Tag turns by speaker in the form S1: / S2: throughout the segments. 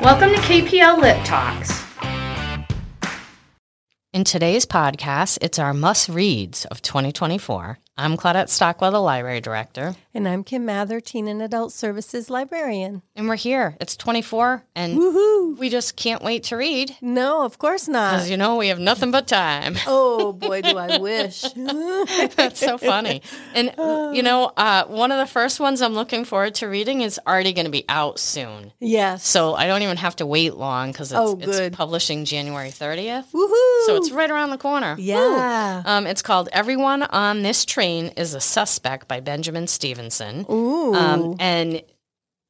S1: Welcome to KPL Lip Talks.
S2: In today's podcast, it's our must reads of 2024. I'm Claudette Stockwell, the library director,
S3: And I'm Kim Mather, Teen and Adult Services Librarian.
S2: and we're here. It's 24, and
S3: Woohoo!
S2: we just can't wait to read.
S3: No, of course
S2: As
S3: not.
S2: you know, we have nothing but time.
S3: Oh boy, do I wish.
S2: That's so funny. And, you know, uh, one of the first ones I'm looking forward to reading is already going to be out soon.
S3: yes.
S2: So I don't even have to wait long because it's,
S3: Oh, good.
S2: it's publishing January 30th.
S3: Woohoo!
S2: So it's right around the corner.
S3: yeah.
S2: Um, it's called Everyone on This Train is a Suspect by Benjamin Stevenson.
S3: Ooh.
S2: Um, and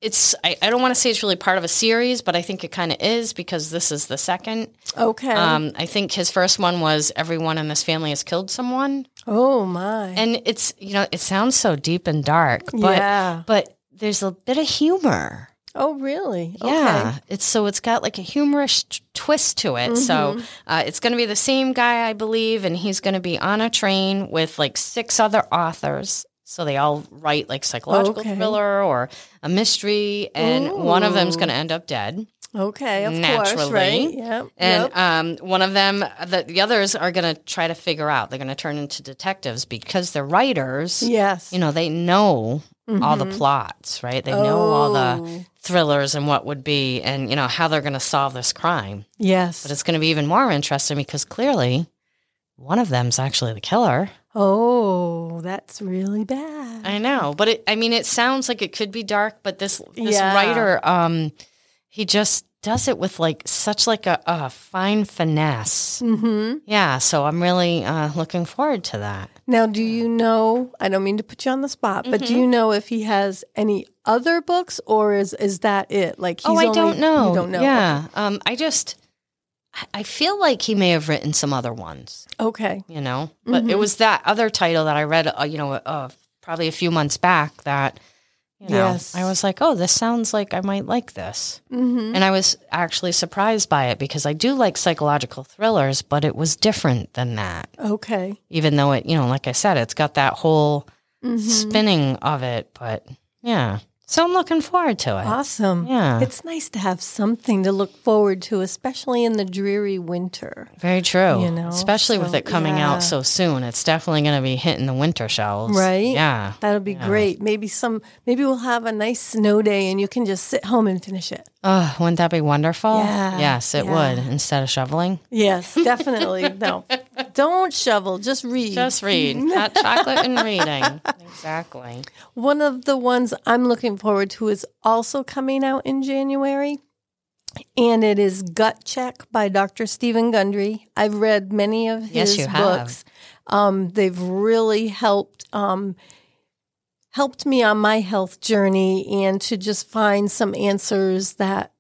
S2: it's, I, I don't want to say it's really part of a series, but I think it kind of is because this is the second.
S3: okay.
S2: Um, I think his first one was Everyone in This Family Has Killed Someone.
S3: oh my.
S2: And it's, you know, it sounds so deep and dark, but,
S3: yeah.
S2: but there's a bit of humor.
S3: Oh really?
S2: Yeah, it's so it's got like a humorous t- twist to it.
S3: Mm-hmm.
S2: So uh, it's going to be the same guy, I believe, and he's going to be on a train with like six other authors. So they all write like psychological
S3: Okay.
S2: thriller or a mystery, and one of them's
S3: Ooh.
S2: going to end up dead.
S3: Okay. Okay. Of course.
S2: Naturally.
S3: Right. Yeah.
S2: And um, one of them, the, the others are going to try to figure out. They're going to turn into detectives because they're writers.
S3: yes.
S2: You know, they know all the
S3: Mhm.
S2: plots, right? They know all the
S3: Oh.
S2: thrillers and what would be and you know how they're going to solve this crime
S3: Yes.
S2: but it's going to be even more interesting because clearly one of them's actually the killer
S3: oh, that's really bad.
S2: i know but it, i mean it sounds like it could be dark but this this
S3: Yeah.
S2: writer um he just does it with like such like a, a fine finesse
S3: mm-hmm.
S2: yeah so i'm really uh looking forward to that
S3: Now, do you know? I don't mean to put you on the spot, but do you know if he has any other books, or is is that it? Like, he's
S2: oh i
S3: only-
S2: don't know
S3: You don't know.
S2: yeah um i just I- I feel like he may have written some other ones.
S3: Okay.
S2: you know but it
S3: Mhm.
S2: was that other title that i read uh, you know uh, probably a few months back that you know
S3: Yes.
S2: i was like oh this sounds like i might like this
S3: hmm
S2: and i was actually surprised by it because i do like psychological thrillers but it was different than that
S3: Okay.
S2: even though it you know like i said it's got that whole
S3: Mhm.
S2: spinning of it but yeah so i'm looking forward to it
S3: Awesome.
S2: yeah
S3: It's nice to have something to look forward to, especially in the dreary winter.
S2: very true
S3: You know,
S2: especially with
S3: so,
S2: it coming
S3: yeah.
S2: out so soon it's definitely going to be hitting the winter shelves
S3: Right?
S2: yeah
S3: That'll be
S2: Yeah.
S3: great. Maybe some. Maybe we'll have a nice snow day, and you can just sit home and finish it.
S2: Oh, wouldn't that be wonderful?
S3: Yeah,
S2: Yes, it
S3: yeah.
S2: would. Instead of shoveling,
S3: Yes, definitely. no, don't shovel. Just read.
S2: just read hot chocolate and reading. Exactly.
S3: One of the ones I'm looking forward to is also coming out in January, and it is Gut Check by Dr. Stephen Gundry. I've read many of
S2: Yes,
S3: his
S2: you have.
S3: books. Um, they've really helped um, helped me on my health journey and to just find some answers that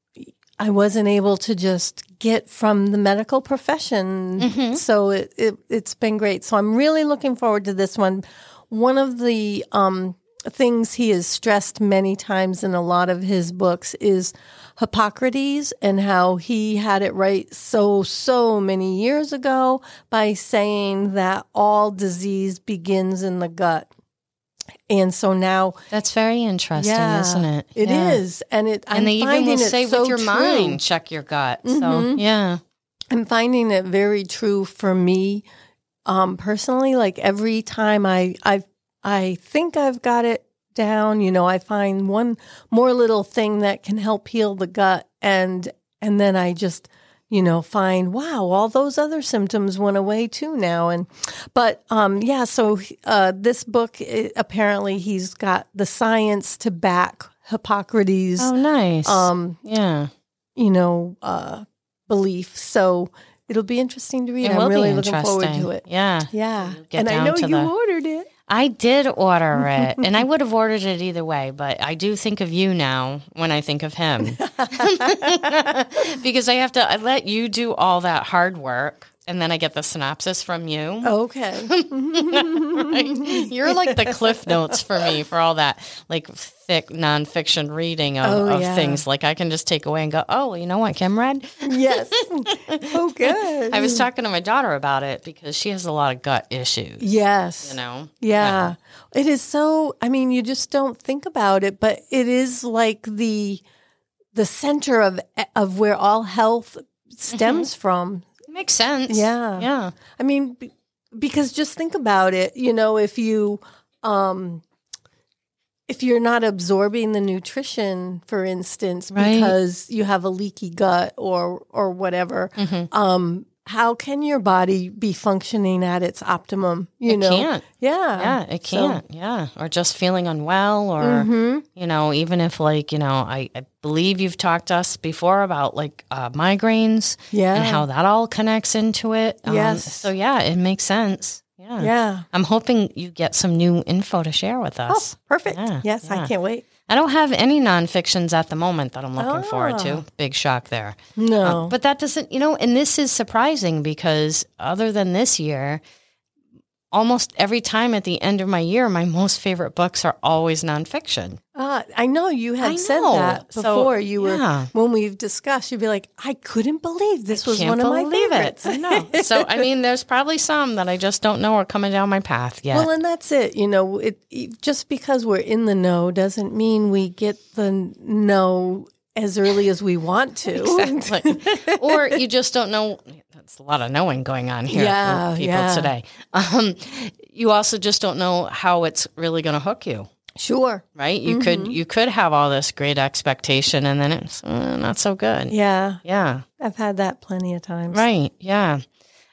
S3: I wasn't able to just get from the medical profession.
S2: Mm-hmm.
S3: So it, it it's been great. So I'm really looking forward to this one. One of the um, things he has stressed many times in a lot of his books is Hippocrates and how he had it right so so many years ago by saying that all disease begins in the gut. And so now
S2: That's very interesting,
S3: Yeah,
S2: isn't it?
S3: it is,
S2: Yeah.
S3: and it. I'm
S2: And they even
S3: finding
S2: will
S3: it
S2: say
S3: so
S2: with your
S3: true.
S2: mind, check your gut. So
S3: Mhm.
S2: yeah,
S3: I'm finding it very true for me um, personally. Like every time I I I think I've got it down, you know, I find one more little thing that can help heal the gut, and and then I just you know find wow all those other symptoms went away too now and but um yeah so uh this book it, apparently he's got the science to back hippocrates
S2: oh nice.
S3: um
S2: yeah,
S3: you know, uh, belief. So it'll be interesting to read.
S2: it
S3: I'm
S2: will
S3: really
S2: be
S3: looking forward
S2: interesting.
S3: to it.
S2: Yeah,
S3: Yeah.
S2: get
S3: and I
S2: down
S3: know
S2: to
S3: you
S2: the-
S3: ordered it.
S2: I did order it, and I would have ordered it either way, but I do think of you now when I think of him. because I have to I let you do all that hard work, and then I get the synopsis from you.
S3: Okay.
S2: Right? You're like the cliff notes for me for all that like thick nonfiction reading of,
S3: Oh,
S2: of
S3: yeah.
S2: things. Like I can just take away and go, oh, you know what Kim read?
S3: yes. Oh, good.
S2: I was talking to my daughter about it because she has a lot of gut issues.
S3: yes.
S2: You know?
S3: Yeah. It is so I mean, you just don't think about it, but it is like the the center of of where all health
S2: Mm-hmm.
S3: stems from.
S2: Makes sense.
S3: Yeah.
S2: Yeah.
S3: I mean, b- because just think about it. You know, if you, um, if you're not absorbing the nutrition, for instance,
S2: Right.
S3: because you have a leaky gut or or whatever,
S2: Mm-hmm.
S3: um, how can your body be functioning at its optimum? You
S2: It
S3: know,
S2: can't.
S3: yeah,
S2: Yeah, it
S3: Um, So-
S2: can't. Yeah. Or just feeling unwell or
S3: Mhm.
S2: you know, even if like, you know, I, I believe you've talked to us before about like uh, migraines
S3: yeah,
S2: and how that all connects into it. um,
S3: Yes.
S2: So yeah, it makes sense. Yeah.
S3: yeah.
S2: I'm hoping you get some new info to share with
S3: Oh,
S2: us.
S3: perfect.
S2: Yeah,
S3: yes,
S2: yeah.
S3: I can't wait.
S2: I don't have any nonfictions at the moment that I'm looking forward
S3: Ah.
S2: to. Big shock there.
S3: No,
S2: Um, but that doesn't, you know, and this is surprising because other than this year, almost every time at the end of my year, my most favorite books are always nonfiction.
S3: Ah, I know you have
S2: I
S3: said
S2: know.
S3: that
S2: So,
S3: before. you were
S2: yeah.
S3: when we've discussed. You'd be like, "I couldn't believe this was
S2: Can't
S3: one of my
S2: believe
S3: favorites."
S2: it. No. so, I mean, there's probably some that I just don't know are coming down my path yet.
S3: Well, and that's it. You know, it, it- just because we're in the know doesn't mean we get the know as early as we want to.
S2: Exactly. or you just don't know. That's a lot of knowing going on here
S3: Yeah,
S2: for people
S3: yeah.
S2: today. Um, you also just don't know how it's really going to hook you,
S3: Sure.
S2: right? You could
S3: Mm-hmm.
S2: you could have all this great expectation, and then it's uh, not so good.
S3: Yeah,
S2: yeah.
S3: I've had that plenty of times.
S2: Right. Yeah.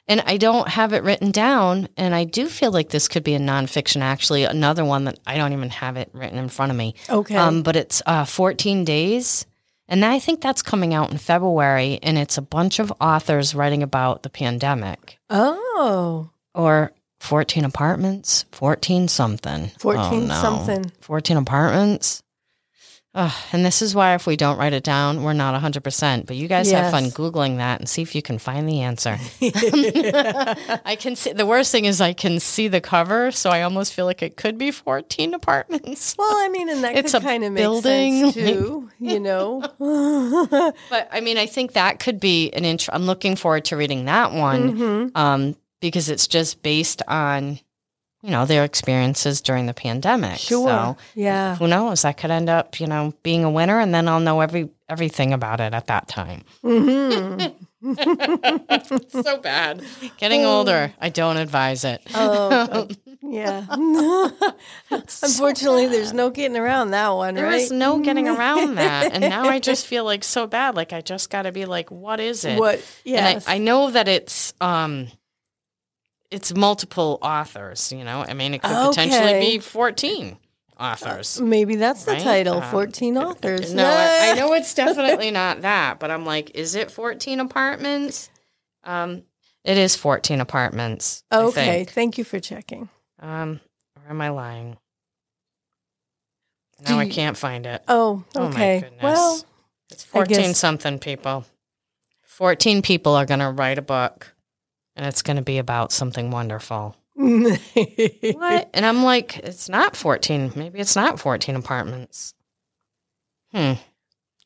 S2: And I don't have it written down. And I do feel like this could be a nonfiction, actually, another one that I don't even have it written in front of me.
S3: Okay.
S2: Um, but it's uh, 14 Days. And I think that's coming out in February. And it's a bunch of authors writing about the pandemic
S3: Oh,
S2: or 14 apartments, 14 something.
S3: 14
S2: Oh, no.
S3: something.
S2: 14 apartments. Ugh, and this is why if we don't write it down, we're not 100%. But you guys have
S3: Yes.
S2: fun Googling that and see if you can find the answer. I can see the worst thing is I can see the cover, so I almost feel like it could be 14 apartments.
S3: well, I mean, and that
S2: It's
S3: could
S2: a
S3: kind of make
S2: building,
S3: sense too. you know.
S2: But I mean, I think that could be an int I'm looking forward to reading that one
S3: Mm-hmm.
S2: um, because it's just based on, you know, their experiences during the pandemic.
S3: Sure.
S2: So
S3: yeah.
S2: who knows? That could end up, you know, being a winner, and then I'll know every everything about it at that time.
S3: hmm
S2: so bad. Getting older, I don't advise it.
S3: Oh, yeah. Unfortunately, there's no getting around that one,
S2: There
S3: right? Mm-hmm.
S2: was no getting around that. And now I just feel like so bad. Like I just got to be like, what is it?
S3: what?
S2: And
S3: Yes.
S2: I, I know that it's um, it's multiple authors. You know, I mean, it could potentially
S3: Okay.
S2: be fourteen authors.
S3: Maybe that's the
S2: Right?
S3: title.
S2: Um,
S3: Fourteen authors.
S2: No, I, I know it's definitely not that. But I'm like, is it fourteen apartments? Um, it is fourteen apartments. I
S3: Okay.
S2: think.
S3: Thank you for checking.
S2: Um, or am I lying? No, I
S3: you-
S2: can't find it.
S3: Oh,
S2: Oh my
S3: okay.
S2: goodness.
S3: well,
S2: It's
S3: I guess-
S2: 14 something people. 14 people are going to write a book and it's going to be about something wonderful. What? and I'm like, it's not 14. Maybe it's not 14 apartments. Hmm.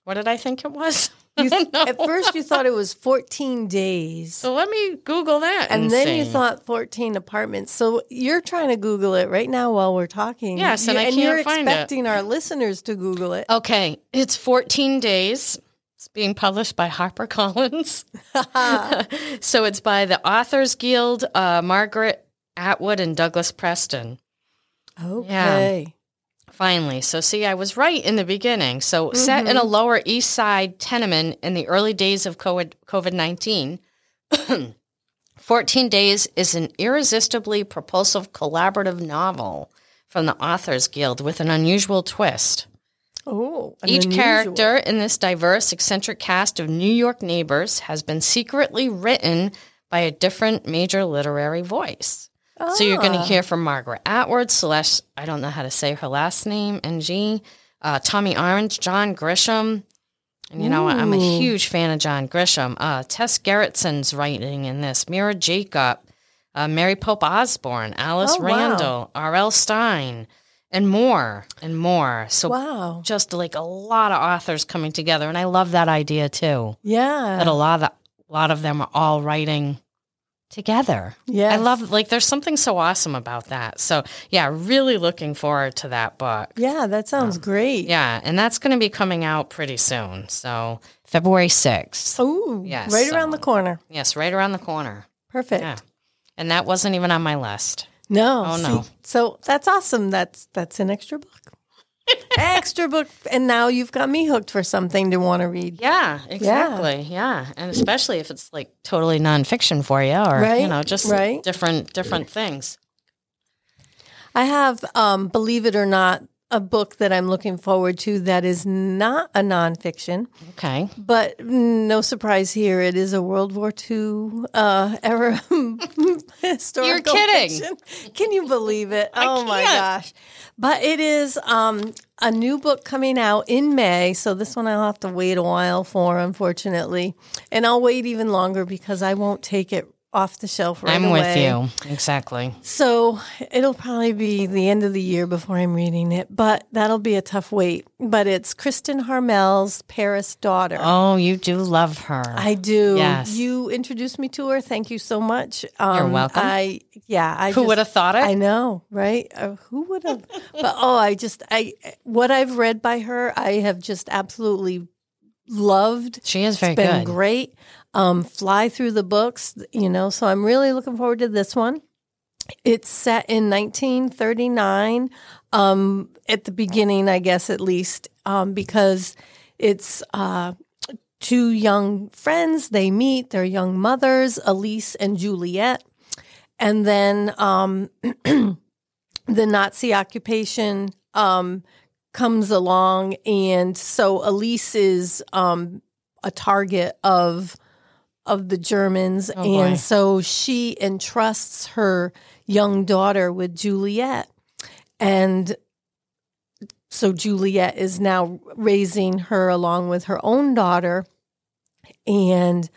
S2: What did I think it was? I
S3: you th-
S2: don't know.
S3: at first you thought it was fourteen days,
S2: so let me Google that. And,
S3: and then you
S2: see.
S3: thought fourteen apartments. So you're trying to Google it right now while we're talking.
S2: Yes, and
S3: You-
S2: I
S3: you're
S2: can't find it.
S3: expecting our listeners to Google it.
S2: Okay, it's 14 days. It's being published by HarperCollins.
S3: Ah,
S2: so it's by the Authors Guild, uh, Margaret Atwood, and Douglas Preston.
S3: Okay.
S2: Finally. So, see, I was right in the beginning. So, set
S3: Mm-hmm.
S2: in a Lower East Side tenement in the early days of COVID 19, 14 Days is an irresistibly propulsive collaborative novel from the Authors Guild with an unusual twist.
S3: Oh, an
S2: Each
S3: unusual-
S2: character in this diverse, eccentric cast of New York neighbors has been secretly written by a different major literary voice. So you're going to
S3: Ah.
S2: hear from Margaret Atwood, Celeste, I don't know how to say her last name, NG, uh, Tommy Orange, John Grisham. And you know, what? I'm a
S3: Ooh.
S2: huge fan of John Grisham. Uh, Tess Gerritsen's writing in this, Mira Jacob, uh, Mary Pope Osborne, Alice
S3: Oh, wow.
S2: Randall, R.L. Stein, and more and more. So
S3: Wow.
S2: just like a lot of authors coming together and i love that idea too
S3: Yeah.
S2: that a lot of a lot of them are all writing together.
S3: Yes.
S2: I love like there's something so awesome about that. So yeah, really looking forward to that book.
S3: Yeah, that sounds
S2: Um,
S3: great.
S2: Yeah, and that's going to be coming out pretty soon. So February 6th.
S3: Ooh,
S2: Yes,
S3: right around the
S2: so-
S3: corner.
S2: Yes, right around the corner.
S3: Perfect.
S2: Yeah. And that wasn't even on my list.
S3: No.
S2: Oh,
S3: see,
S2: no.
S3: So that's awesome. That's that's an extra book. extra book and now you've got me hooked for something to want to read.
S2: Yeah, exactly. Yeah. And especially if it's like totally nonfiction for you or you
S3: Right,
S2: know, just
S3: right.
S2: different different things.
S3: I have um believe it or not a book that I'm looking forward to that is not a nonfiction,
S2: Okay.
S3: but no surprise here, it is a World War II uh, era historical.
S2: kidding.
S3: fiction. Can you believe it?
S2: I
S3: oh my
S2: can't.
S3: gosh! But it is um, a new book coming out in May, so this one I'll have to wait a while for, unfortunately, and I'll wait even longer because I won't take it off the shelf right
S2: I'm
S3: away.
S2: with you. Exactly.
S3: So it'll probably be the end of the year before I'm reading it, but that'll be a tough wait. But it's Kristen Harmel's Paris Daughter.
S2: Oh, you do love her.
S3: I do.
S2: Yes.
S3: You introduced me to her. Thank you so much. Um,
S2: welcome.
S3: I yeah. I
S2: Who
S3: just-
S2: would have thought it?
S3: I know, right? Uh, who would have? but oh, I just I what I've read by her, I have just absolutely loved.
S2: she is very
S3: It's been
S2: good.
S3: great. Um, fly through the books, you know. So I'm really looking forward to this one. It's set in 1939, um, at the beginning, I guess, at least, um, because it's uh, two young friends. They meet, they're young mothers, Elise and Juliet. And then um, the Nazi occupation um, comes along. And so Elise is um, a target of. Of the Germans,
S2: Oh, boy.
S3: and so she entrusts her young daughter with Juliet, and so Juliet is now raising her along with her own daughter. And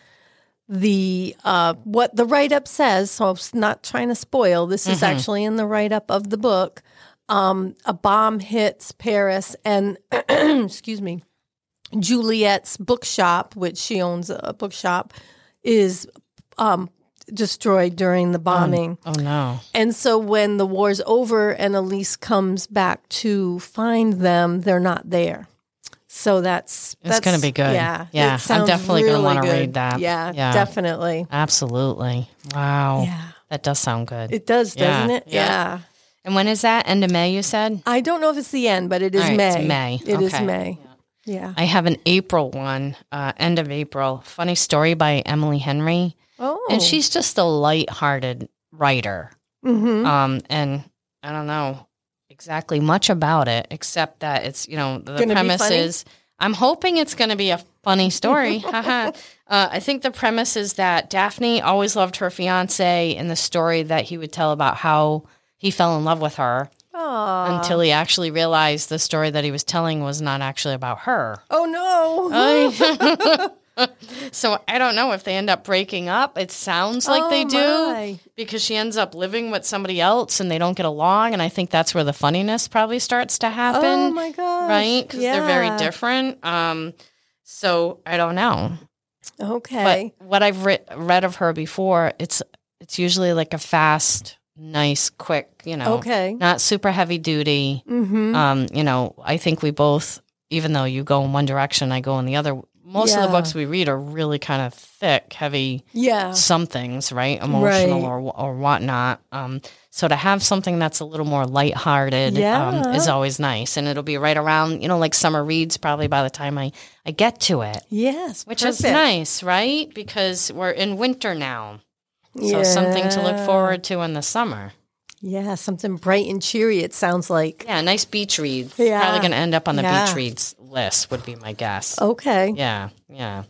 S3: the uh, what the write up says, so I'm s- not trying to spoil, this is actually in the write up of the book. Um, a bomb hits Paris, and excuse me, Juliet's bookshop, which she owns a bookshop, is um, destroyed during the bombing.
S2: Oh no.
S3: And so when the war's over and Elise comes back to find them, they're not there. So that's
S2: It's
S3: that's-
S2: gonna be good.
S3: Yeah,
S2: Yeah,
S3: it
S2: I'm
S3: sounds
S2: definitely gonna
S3: really
S2: wanna
S3: good.
S2: read that.
S3: Yeah,
S2: Yeah.
S3: definitely.
S2: Absolutely. Wow.
S3: Yeah,
S2: That does sound good.
S3: it does,
S2: Yeah,
S3: doesn't it?
S2: yeah.
S3: Yeah.
S2: and when is that? End of May, you said?
S3: I don't know if it's the end, but it is
S2: All right,
S3: May.
S2: it's May.
S3: It is
S2: Okay.
S3: May. Yeah.
S2: I have an April one, uh, end of April. Funny story by Emily Henry.
S3: Oh,
S2: And she's just a light-hearted writer.
S3: hmm
S2: Um, and I don't know exactly much about it, except that it's you know the
S3: Gonna be
S2: premise
S3: funny?
S2: is I'm hoping it's going to be a funny story. Haha. uh, I think the premise is that Daphne always loved her fiance, and the story that he would tell about how he fell in love with her
S3: Uh-huh.
S2: until he actually realized the story that he was telling was not actually about her.
S3: oh no.
S2: I- so I don't know if they end up breaking up. It sounds like they
S3: Oh,
S2: do
S3: my.
S2: because she ends up living with somebody else and they don't get along. And I think that's where the funniness probably starts to happen,
S3: Oh my gosh.
S2: right? Because they're
S3: Yeah.
S2: very different. Um, so I don't know.
S3: Okay.
S2: But what I've writ- read of her before, it's it's usually like a fast, nice, quick, you know,
S3: okay.
S2: not super heavy duty.
S3: Mm-hmm.
S2: Um, you know, I think we both, even though you go in one direction, I go in the other. Most of the
S3: Yeah.
S2: books we read are really kind of thick, heavy
S3: yeah.
S2: somethings, right? Emotional
S3: Oh. Right.
S2: or or whatnot. Um, so to have something that's a little more lighthearted um,
S3: Yeah.
S2: is always nice, and it'll be right around, you know, like summer reads probably by the time I I get to it,
S3: Yes.
S2: which is
S3: perfect.
S2: nice, right? Because we're in winter now, so something to look
S3: Yeah.
S2: forward to in the summer.
S3: Yeah, something bright and cheery. It sounds like.
S2: Yeah, nice beach reads.
S3: Yeah.
S2: Probably going to end up on the beach
S3: Yeah.
S2: reads list, would be my guess.
S3: Okay.
S2: Yeah, yeah.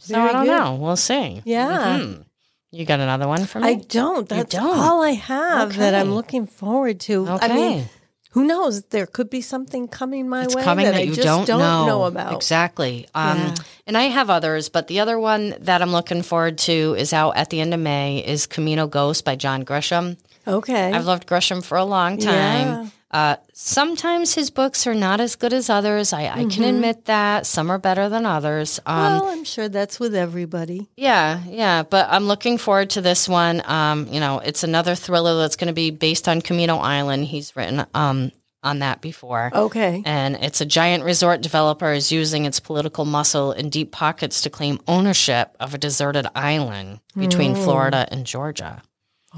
S2: So
S3: Very
S2: I don't
S3: good.
S2: know. We'll see.
S3: Yeah.
S2: Mhm. You got another one for me?
S3: I don't. That's
S2: don't?
S3: all I have that
S2: Okay.
S3: I'm looking forward to.
S2: okay.
S3: I mean, who knows? There could be something coming my
S2: it's
S3: way
S2: coming
S3: that,
S2: that,
S3: I
S2: you
S3: just
S2: don't, know.
S3: about.
S2: Exactly. Um,
S3: Yeah.
S2: And I have others, but the other one that I'm looking forward to is out at the end of May is Camino Ghost by John Grisham.
S3: Okay.
S2: I've loved Grisham for a long time. Uh, sometimes his books are not as good as others. I, I can admit that. Some are better than others. Um,
S3: Mm-hmm. well, I'm sure that's with everybody.
S2: yeah, yeah. But I'm looking forward to this one. Um, you know, it's another thriller that's going to be based on Camino Island. He's written um, on that before.
S3: Okay.
S2: And it's a giant resort developer is using its political muscle and deep pockets to claim ownership of a deserted island between Florida and Georgia.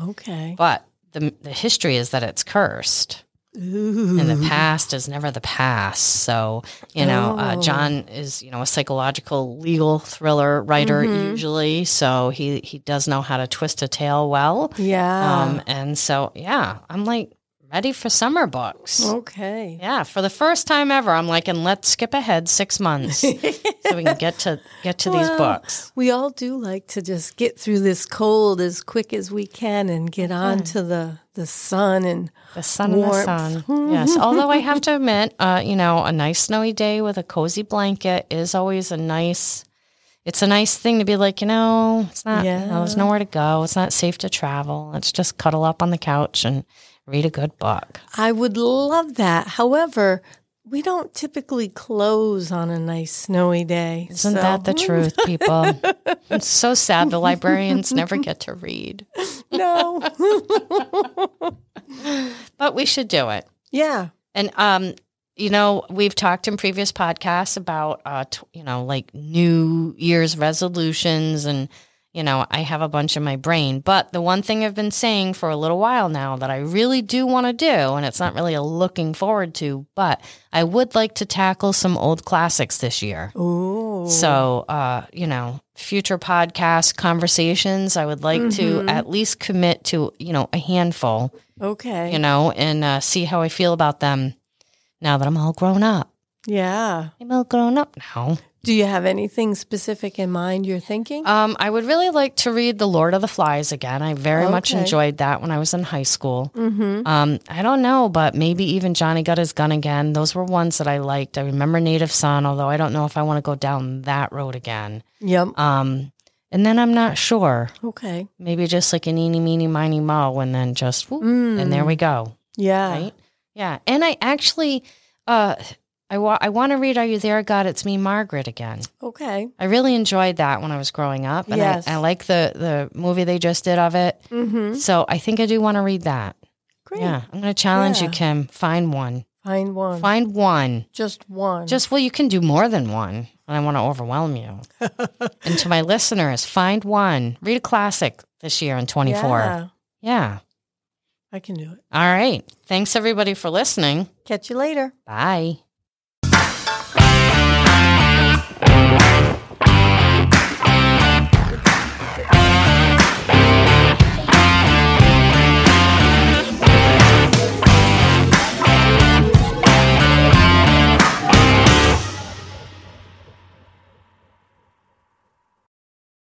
S3: Okay.
S2: But the, the history is that it's cursed. And the um, past is never the past. So, you know, uh,
S3: Oh.
S2: John is, you know, a psychological legal thriller writer usually. So he, he does know how to twist a tale well.
S3: Yeah.
S2: Um, and so, yeah, I'm like ready for summer books.
S3: okay.
S2: Yeah, for the first time ever, I'm like, and let's skip ahead six months so we can get to get to these
S3: Well,
S2: books.
S3: We all do like to just get through this cold as quick as we can and get on to the, the sun and
S2: The sun
S3: warmth.
S2: and the sun. yes. Although I have to admit, uh, you know, a nice snowy day with a cozy blanket is always a nice. It's a nice thing to be like, you know, it's not. you know,
S3: Yeah.
S2: there's nowhere to go. It's not safe to travel. Let's just cuddle up on the couch and read a good book.
S3: I would love that. However, we don't typically close on a nice snowy day.
S2: Isn't
S3: so-
S2: that the truth, people? I'm so sad the librarians never get to read,
S3: No.
S2: but we should do it.
S3: yeah.
S2: And um, you know, we've talked in previous podcasts about uh, t- you know, like New Year's resolutions, and you know, I have a bunch in my brain. But the one thing I've been saying for a little while now that I really do want to do, and it's not really a looking forward to, but I would like to tackle some old classics this year.
S3: Ooh.
S2: So, uh, you know, future podcast conversations, I would like to at least commit to, you know, a handful
S3: Okay.
S2: you know, and uh, see how I feel about them now that I'm all grown up.
S3: yeah.
S2: I'm all grown up now.
S3: Do you have anything specific in mind you're thinking?
S2: Um, I would really like to read The Lord of the Flies again. I very much
S3: Okay.
S2: enjoyed that when I was in high school.
S3: mm-hmm.
S2: Um, I don't know, but maybe even Johnny Got His Gun Again. Those were ones that I liked. I remember Native Son, although I don't know if I want to go down that road again.
S3: Yep.
S2: Um, and then I'm not sure.
S3: Okay.
S2: Maybe just like an eeny, meeny, miny, mo, and then just, whoop, and there we go.
S3: Mm. Yeah.
S2: right? Yeah, and I actually, uh, I wa- I want to read "Are You There, God?" It's me, Margaret again.
S3: Okay.
S2: I really enjoyed that when I was growing up, and
S3: Yes.
S2: I, I like the the movie they just did of it.
S3: Mm-hmm.
S2: So I think I do want to read that.
S3: Great.
S2: Yeah, I'm going to challenge you,
S3: Yeah. Mm-hmm.
S2: Kim. Find one.
S3: Find one.
S2: Find one.
S3: Just one.
S2: Just well, you can do more than one. And I want to overwhelm you. and to my listeners, find one. Read a classic this year in 24.
S3: Yeah.
S2: yeah.
S3: I can do it.
S2: All right. Thanks everybody for listening.
S3: Catch you later.
S2: Bye.